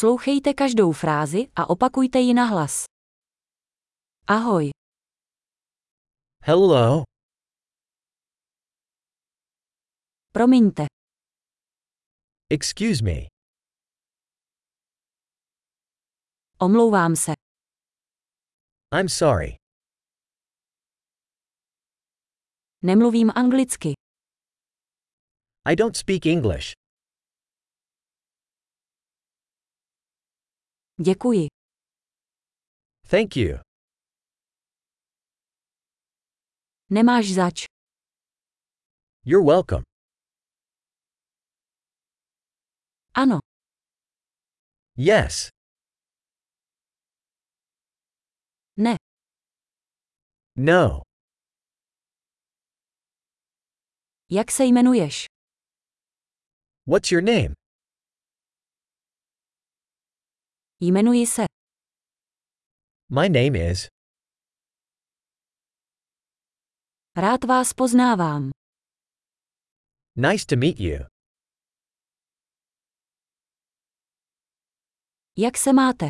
Poslouchejte každou frázi a opakujte ji na hlas. Ahoj, Hello. promiňte, Excuse me. omlouvám se, I'm sorry. nemluvím anglicky, I don't speak English. děkuji, Thank you. nemáš zač, You're welcome. ano, Yes. ne, No. jak se jmenuješ, What's your name? jmenuji se, My name is. rád vás poznávám, Nice to meet you. jak se máte,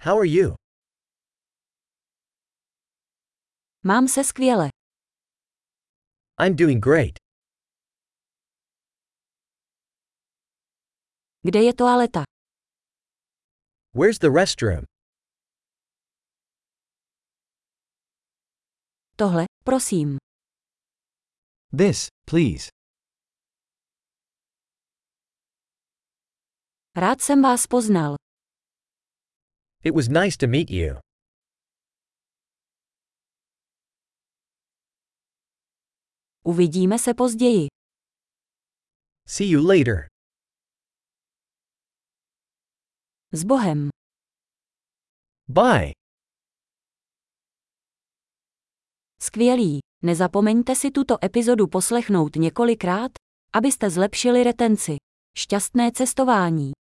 How are you? mám se skvěle, I'm doing great. kde je toaleta, Where's the restroom? tohle, prosím, This, please. rád jsem vás poznal, It was nice to meet you. uvidíme se později, See you later. s Bohem. Bye. Skvělý. Nezapomeňte si tuto epizodu poslechnout několikrát, abyste zlepšili retenci. Šťastné cestování.